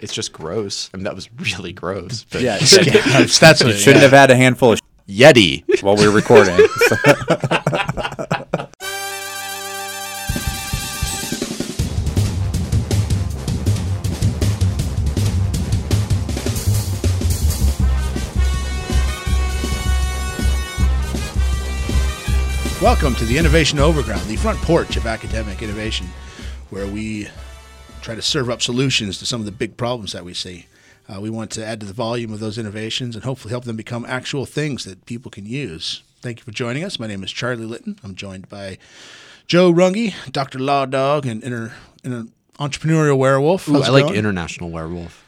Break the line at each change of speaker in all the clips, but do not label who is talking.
it's just gross. I mean, that was really gross. But
Yeah,
just can't-
that's, that's
You
what,
shouldn't
yeah.
have had a handful of
Yeti.
sh- while we were recording.
Welcome to the Innovation Overground, the front porch of academic innovation, where we try to serve up solutions to some of the big problems that we see. Uh, we want to add to the volume of those innovations and hopefully help them become actual things that people can use. Thank you for joining us. My name is Charlie Litton. I'm joined by Joe Runge, Dr. Law Dog, and inter, inter, entrepreneurial werewolf.
Ooh,
How's
I
it
like
going?
international werewolf.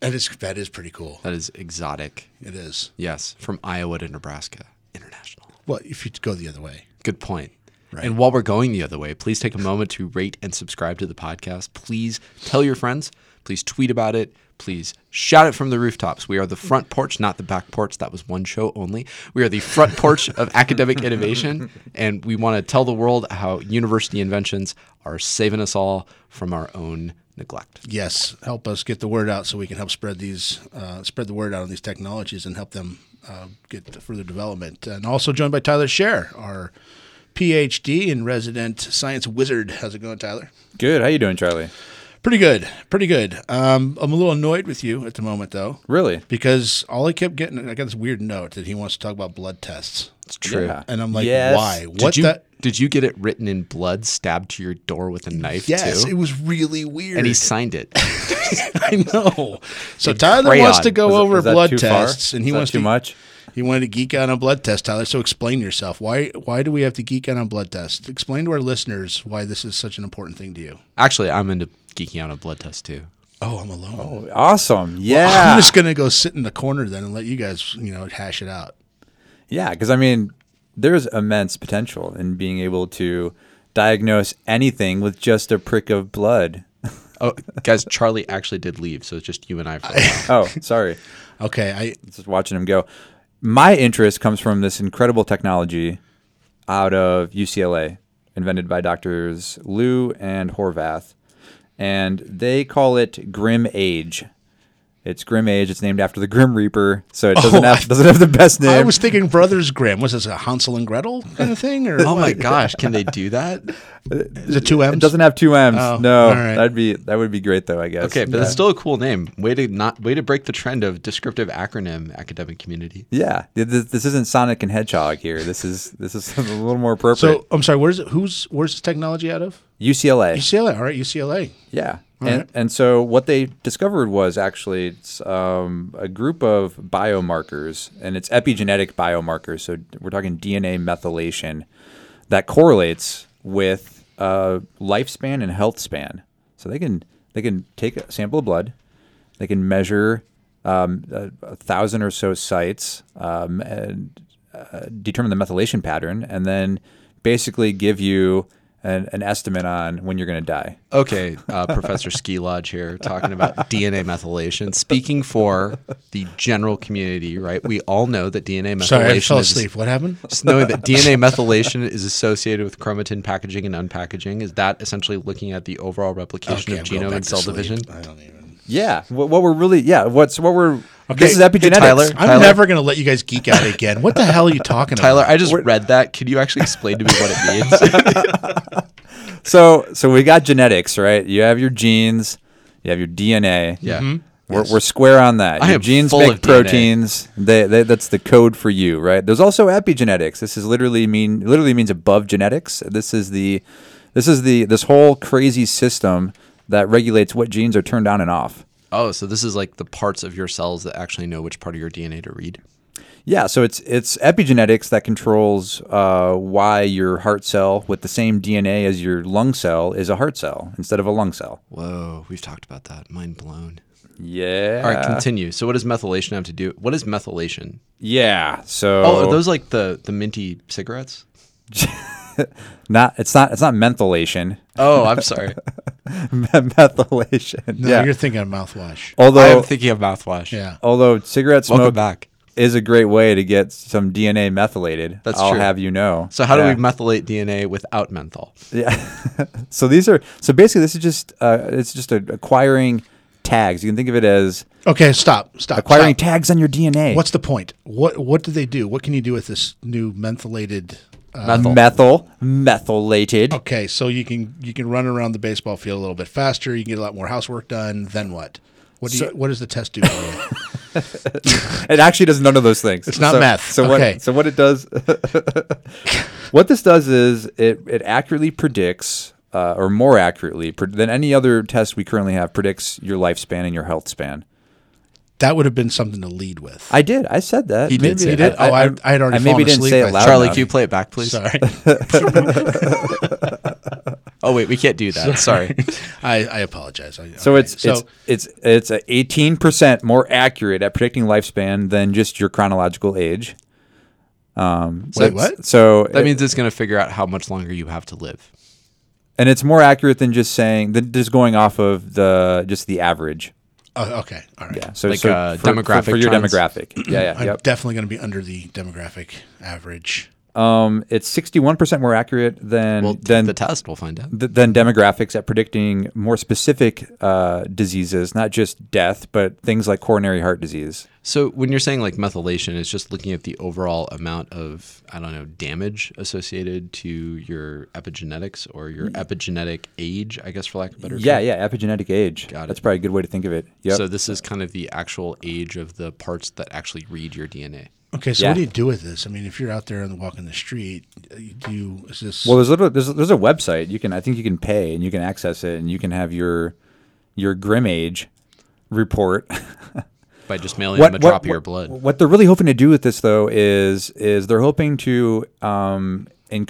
that is that is pretty cool.
That is exotic.
It is.
Yes, from Iowa to Nebraska, international.
Well, if you go the other way,
Good point.
Right.
And while we're going the other way, please take a moment to rate and subscribe to the podcast. Please tell your friends. Please tweet about it. Please shout it from the rooftops. We are the front porch, not the back porch. That was one show only. We are the front porch of academic innovation, and we want to tell the world how university inventions are saving us all from our own neglect.
yes, help us get the word out so we can help spread these, uh, spread the word out on these technologies and help them uh, get the further development. And also joined by Tyler Scher, our PhD and resident science wizard. How's it going, Tyler?
Good. How you doing, Charlie?
Pretty good, pretty good. Um, I'm a little annoyed with you at the moment though,
Really?
because all I kept getting, I got this weird note that he wants to talk about blood tests,
It's true.
Yeah.
and I'm like,
Yes.
why?
Did
Did
What
you
the?
did you get it written in blood stabbed to your door with a knife
Yes,
too?
it was really weird.
and he signed it.
I know. So Tyler wants
crayon.
to go
Was that-
over
was that
blood
too far?
tests, and he
Is that
wants
too
to
much.
He wanted to geek out on blood tests, Tyler. So explain yourself. Why why do we have to geek out on blood tests? Explain to our listeners why this is such an important thing to you.
Actually, I'm into geeking out on blood tests too.
Oh, I'm alone.
Awesome. Yeah.
I'm just gonna go sit in the corner then and let you guys, you know, hash it out.
Yeah, because I mean, there's immense potential in being able to diagnose anything with just a prick of blood.
Oh, guys, Charlie actually did leave, so it's just you and I for a while.
Oh, sorry.
Okay, I
Just watching him go. My interest comes from this incredible technology out of UCLA, invented by doctors Liu and Horvath. And they call it Grim Age. It's Grim Age. It's named after the Grim Reaper, so it doesn't have doesn't have the best name.
Oh I was thinking Brothers Grimm. Was this a Hansel and Gretel kind of thing? Or
Oh my gosh, can they do that?
is it two M's?
it doesn't have two M's.
Oh,
no,
all right.
that'd be that would be great though. I guess.
Okay, but
Yeah.
that's still a cool name. Way to not way to break the trend of descriptive acronym academic community.
Yeah, th- th- this isn't Sonic and Hedgehog here. This is this is a little more appropriate.
so I'm sorry, where's it who's where's this technology out of?
UCLA,
UCLA, all right, UCLA.
yeah, and and so what they discovered was actually it's um, a group of biomarkers, and it's epigenetic biomarkers. So we're talking DNA methylation that correlates with uh, lifespan and health span. So they can they can take a sample of blood, they can measure um, a, a thousand or so sites um, and uh, determine the methylation pattern, and then basically give you an, an estimate on when you're going to die.
Okay, uh, Professor Ski Lodge here talking about DNA methylation. Speaking for the general community, right? We all know that DNA methylation
Sorry, I fell
is
asleep. What happened?
just knowing that DNA methylation is associated with chromatin packaging and unpackaging, is that essentially looking at the overall replication
Okay,
of
I'm
genome
going back
and
to
cell
sleep.
division?
I don't even.
Yeah. What, what we're really yeah. What's what we're this is
hey,
epigenetics.
Tyler.
I'm never gonna let you guys geek out again. What the hell are you talking
Tyler,
about?
I just read that. Could you actually explain to me what it means?
So so we got genetics right. You have your genes. You have your DNA.
Yeah.
We're, we're square on that.
I
Your
am
genes
full of
make
DNA.
proteins. They, they, that's the code for you, right? There's also epigenetics. This is literally mean literally means above genetics. This is the this is the this whole crazy system that regulates what genes are turned on and off.
oh, so this is like the parts of your cells that actually know which part of your DNA to read.
Yeah, so it's it's epigenetics that controls uh, why your heart cell with the same DNA as your lung cell is a heart cell instead of a lung cell.
Whoa, we've talked about that. Mind blown.
Yeah.
All right, continue. So, what does methylation have to do? What is methylation?
yeah. So
Oh, are those like the the minty cigarettes?
not it's not it's not methylation.
Oh, I'm sorry.
methylation.
no,
yeah. Oh.
you're thinking of mouthwash.
Although
I'm thinking of mouthwash.
Yeah.
although cigarette
Welcome
smoke
back.
is a great way to get some DNA methylated.
That's
I'll
true.
have you know.
So, how do
Yeah.
we methylate DNA without menthol?
Yeah. so these are so basically this is just uh, it's just a, acquiring tags. You can think of it as
Okay, stop, stop.
acquiring
stop.
tags on your DNA.
What's the point? What What do they do? What can you do with this new methylated? Uh,
Methyl.
methyl methylated?
okay, so you can you can run around the baseball field a little bit faster. You can get a lot more housework done. Then what? What do you, What does the test do? For you?
It actually does none of those things.
It's not
so,
meth.
So what?
Okay.
So what it does? what this does is it it accurately predicts, uh, or more accurately pre- than any other test we currently have, predicts your lifespan and your health span.
that would have been something to lead with.
I did. I said that.
He did say
I-
that. Oh, I- I had already
I maybe
fallen
didn't
asleep
say
by
it loud
Charlie,
enough.
can you play it back, please?
Sorry,
Oh wait, we can't do that. Sorry.
I, I apologize. I,
So
okay,
it's it's it's it's eighteen percent more accurate at predicting lifespan than just your chronological age. Um,
wait, what?
So
That
it-
means it's going to figure out how much longer you have to live.
and it's more accurate than just saying than just going off of the just the average.
Oh, okay, all right.
Yeah. So
Like,
so
uh,
for,
demographic
for, for your
trends.
demographic. Yeah. Yeah.
I'm
Yep.
definitely going to be under the demographic average.
Um, it's sixty-one percent more accurate than
Well,
than
the test will find out.
th- than demographics at predicting more specific uh, diseases, not just death, but things like coronary heart disease.
So when you're saying like methylation, it's just looking at the overall amount of I don't know damage associated to your epigenetics or your epigenetic age, I guess for lack of a better
Mm. Yeah,
term.
yeah, epigenetic age.
Got it.
That's probably a good way to think of it. Yep.
So this is kind of the actual age of the parts that actually read your DNA.
Okay, so
Yeah.
what do you do with this? I mean, if you're out there and walking the street, you do you, is this?
well, there's literally there's, there's a website you can I think you can pay and you can access it and you can have your your grim age report.
By just mailing them a drop of your blood.
What they're really hoping to do with this though is is they're hoping to um,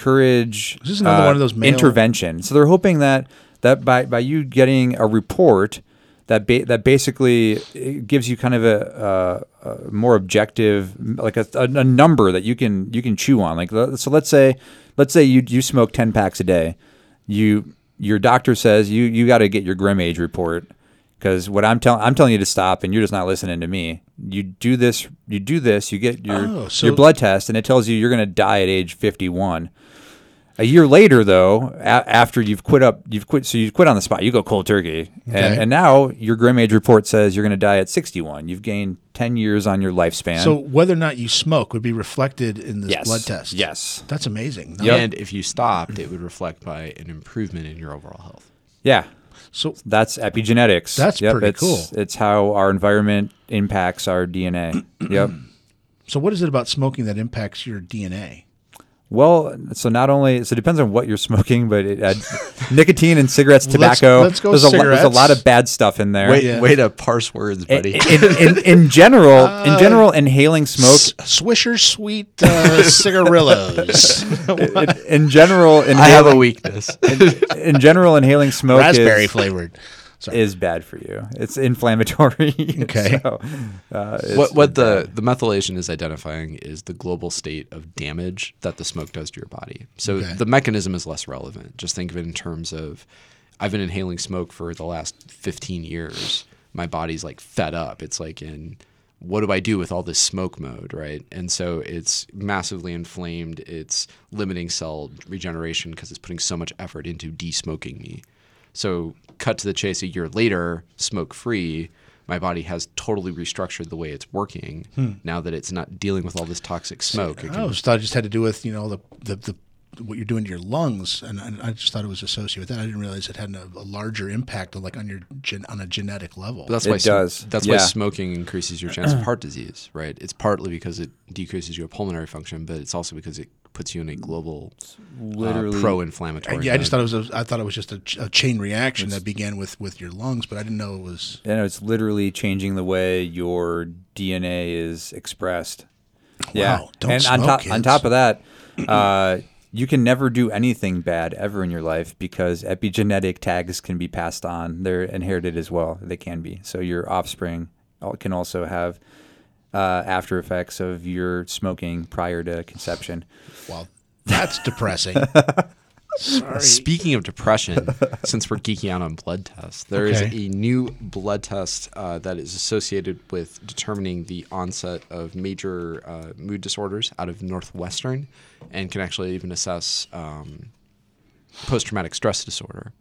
encourage uh,
Is this another one of those mail-
intervention. So they're hoping that that by by you getting a report that ba- that basically it gives you kind of a, a, a more objective like a, a, a number that you can you can chew on. Like le- so, let's say let's say you you smoke ten packs a day. You your doctor says you you got to get your grim age report because what I'm telling I'm telling you to stop and you're just not listening to me. You do this, you do this, you get your
Oh, so-
your blood test, and it tells you you're going to die at age 51. A year later, though, a- after you've quit up, you've quit, so you quit on the spot. You go cold turkey, and,
Okay.
and now your grim age report says you're going to die at 61. You've gained 10 years on your lifespan.
so whether or not you smoke would be reflected in this
yes,
blood test.
Yes.
that's amazing. No,
Yep.
And if you stopped, it would reflect by an improvement in your overall health.
Yeah.
So
That's epigenetics.
That's
Yep,
pretty
it's-
cool.
It's how our environment impacts our DNA. yep.
so what is it about smoking that impacts your DNA?
Well, so not only so it depends on what you're smoking, but it, uh, nicotine and cigarettes,
Let's-
tobacco.
let's go
there's, A lo- there's a
cigarettes.
lot of bad stuff in there.
Wait,
Yeah.
way to parse words, buddy.
in, in, in general, in general, inhaling smoke.
S- Swisher sweet uh, cigarillos,
In, in general, inhaling,
I have a weakness.
in general, inhaling smoke
raspberry
is,
flavored. Sorry.
is bad for you. It's inflammatory.
Okay.
So, uh, it's-
what what the, the methylation is identifying is the global state of damage that the smoke does to your body. So
Okay.
the mechanism is less relevant. Just think of it in terms of I've been inhaling smoke for the last 15 years. My body's like fed up. It's like in what do I do with all this smoke mode, right? And so it's massively inflamed. It's limiting cell regeneration because it's putting so much effort into desmoking me. So, cut to the chase a year later, smoke free, my body has totally restructured the way it's working now that it's not dealing with all this toxic smoke. It
I
can-
always thought it just had to do with you know the the, the what you're doing to your lungs, and, and I just thought it was associated with that. I didn't realize it had a, a larger impact on like on your gen, on a genetic level.
But that's
It
why sm-
does,
that's
yeah.
why smoking increases your chance of heart disease, right? It's partly because it decreases your pulmonary function, but it's also because it puts you in a global uh,
literally-
pro-inflammatory.
yeah, I just
mode.
thought it was a, I thought it was just a, ch- a chain reaction that began with with your lungs, but I didn't know it was.
you know, it's literally changing the way your DNA is expressed. Yeah,
Wow, don't
and on
smoke,
top on
kids.
top of that, uh, you can never do anything bad ever in your life because epigenetic tags can be passed on. They're inherited as well. They can be. So your offspring al- can also have uh, after effects of your smoking prior to conception.
Well, that's depressing. Sorry.
Speaking of depression, since we're geeking out on blood tests, there is
Okay.
a new blood test uh, that is associated with determining the onset of major uh, mood disorders out of Northwestern and can actually even assess um, post traumatic stress disorder.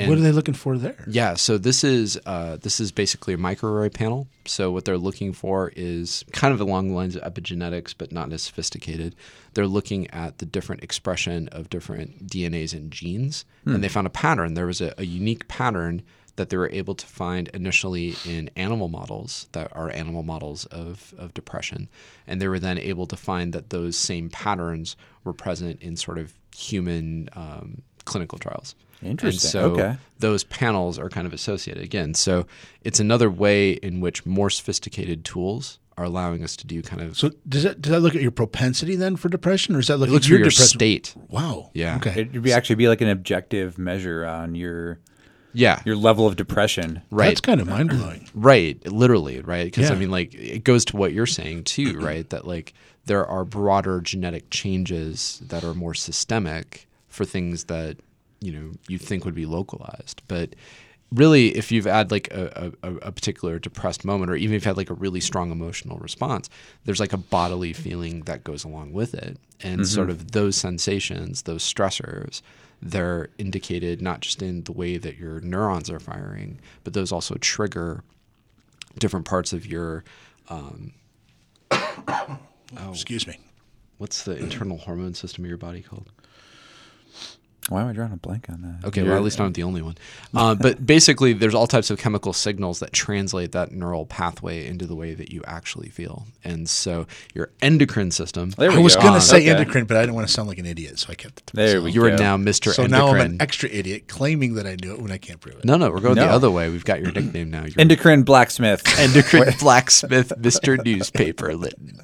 And
what are they looking for there?
Yeah, so this is uh, this is basically a microarray panel. So what they're looking for is kind of along the lines of epigenetics, but not as sophisticated. They're looking at the different expression of different DNAs and genes,
Hmm.
and they found a pattern. There was a, a unique pattern that they were able to find initially in animal models that are animal models of, of depression. And they were then able to find that those same patterns were present in sort of human um, clinical trials. And
Interesting.
so
Okay.
those panels are kind of associated again. So it's another way in which more sophisticated tools are allowing us to do kind of.
So does that does that look at your propensity then for depression, or is that look
it looks
at
for
your,
your
depress-
state.
Wow.
Yeah.
Okay.
It would be actually be like an objective measure on your
Yeah.
your level of depression.
right.
That's kind of mind blowing.
Right, literally, right? Because I
Yeah.
mean, like, it goes to what you're saying too, right? that like there are broader genetic changes that are more systemic for things that you know you think would be localized, but really, if you've had like a, a, a particular depressed moment, or even if you've had like a really strong emotional response, there's like a bodily feeling that goes along with it, and sort of those sensations, those stressors, they're indicated not just in the way that your neurons are firing, but those also trigger different parts of your
Excuse me.
what's the internal hormone system of your body called?
Why am I drawing a blank on that?
Okay, well, at least I'm not the only one. Uh, but basically, there's all types of chemical signals that translate that neural pathway into the way that you actually feel. And so your endocrine system.
There we
I was
go.
going to
Ah,
say
okay.
endocrine, but I didn't want to sound like an idiot, so I kept it. to
There
myself.
we
You are
go.
now Mr.
So
endocrine.
now I'm an extra idiot claiming that I knew it when I can't prove it.
no, no, we're going
No.
the other way. We've got your nickname now. You're
Endocrine blacksmith.
endocrine blacksmith, Mr. Newspaper Litton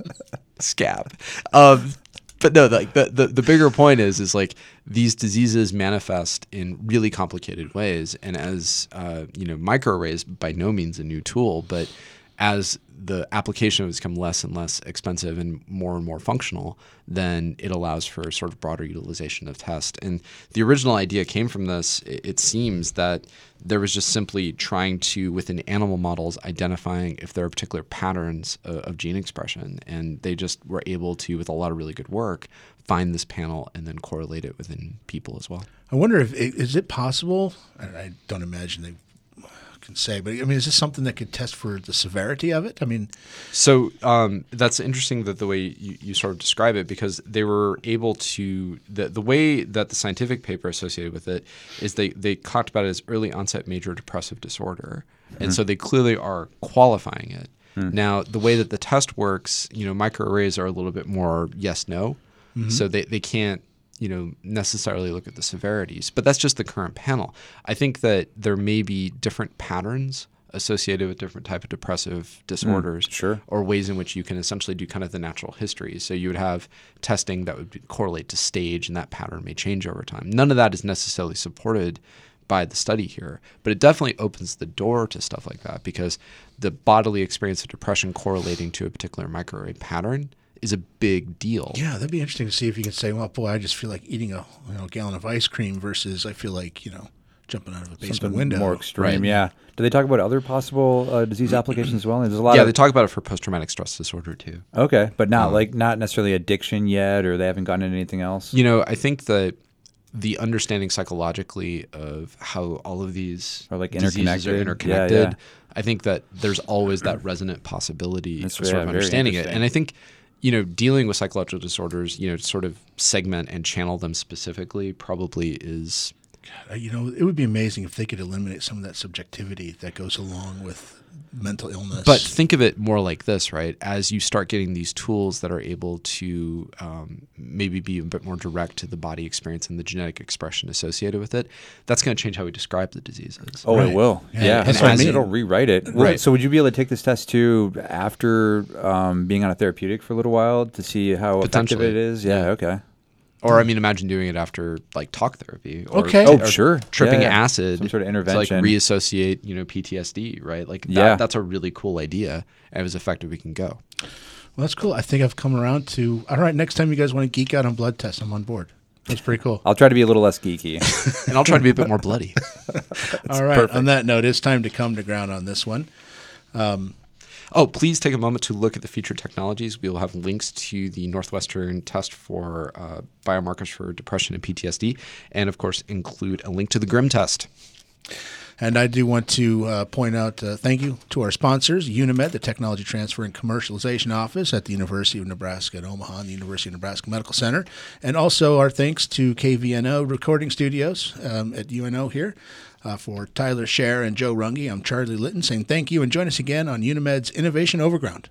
scab. Um, but no, like the, the the bigger point is is like these diseases manifest in really complicated ways, and as uh, you know, microarray is by no means a new tool, but as the application has become less and less expensive and more and more functional, then it allows for sort of broader utilization of tests. And the original idea came from this. It, it seems that there was just simply trying to, within animal models, identifying if there are particular patterns of, of gene expression. And they just were able to, with a lot of really good work, find this panel and then correlate it within people as well.
I wonder if i- is it possible? I I don't imagine they can say, but I mean, is this something that could test for the severity of it? I mean,
So um, that's interesting that the way you, you sort of describe it because they were able to the, the way that the scientific paper associated with it is they they talked about it as early onset major depressive disorder, and so they clearly are qualifying it. Now the way that the test works, you know, microarrays are a little bit more yes no, so they they can't you know necessarily look at the severities, but that's just the current panel. I think that there may be different patterns associated with different type of depressive disorders
sure.
or ways in which you can essentially do kind of the natural history. So you would have testing that would be- correlate to stage, and that pattern may change over time. None of that is necessarily supported by the study here, but it definitely opens the door to stuff like that because the bodily experience of depression correlating to a particular microarray pattern is a big deal.
yeah, that'd be interesting to see if you can say, well, boy, I just feel like eating a you know, gallon of ice cream versus I feel like you know jumping out of a basement
Something
window.
more extreme.
Right.
Yeah. Do they talk about other possible uh, disease applications as well? There's a lot.
Yeah,
of,
they talk about it for post traumatic stress disorder too.
okay, but not like not necessarily addiction yet, or they haven't gotten into anything else.
You know, I think that the understanding psychologically of how all of these
Are, like,
diseases are
interconnected. Yeah,
interconnected.
yeah.
I think that there's always that resonant possibility
That's
of sort
yeah,
of
very
understanding it.
interesting.
And I think, you know, dealing with psychological disorders, you know, to sort of segment and channel them specifically probably is
Uh, You know, it would be amazing if they could eliminate some of that subjectivity that goes along with mental illness.
But think of it more like this, right? As you start getting these tools that are able to um, maybe be a bit more direct to the body experience and the genetic expression associated with it, that's going to change how we describe the diseases.
Oh,
Right.
it will.
Yeah,
Yeah,
that's
that's
what I mean.
It'll rewrite it. Well,
Right.
So, would you be able to take this test too after um, being on a therapeutic for a little while to see how effective
Potentially.
it is? Yeah. Okay.
Or I mean, imagine doing it after like talk therapy. Or,
Okay.
Oh,
or
sure.
Tripping
Yeah, yeah.
acid.
Some sort of
To, like
intervention.
reassociate, you know, PTSD, right? Like that,
Yeah.
that's a really cool idea. And as effective we can go.
well, that's cool. I think I've come around to. All right, next time you guys want to geek out on blood tests, I'm on board. That's pretty cool.
I'll try to be a little less geeky.
And I'll try to be a bit more bloody.
All right. On that note, it's time to come to ground on this one.
Oh, please take a moment to look at the featured technologies. We will have links to the Northwestern test for uh, biomarkers for depression and PTSD, and of course, include a link to the GRIM test.
And I do want to uh, point out uh, thank you to our sponsors, Unimed, the Technology Transfer and Commercialization Office at the University of Nebraska at Omaha and the University of Nebraska Medical Center. And also our thanks to KVNO Recording Studios um, at UNO here. Uh, for Tyler Scher and Joe Runge, I'm Charlie Litton saying thank you and join us again on Unimed's Innovation Overground.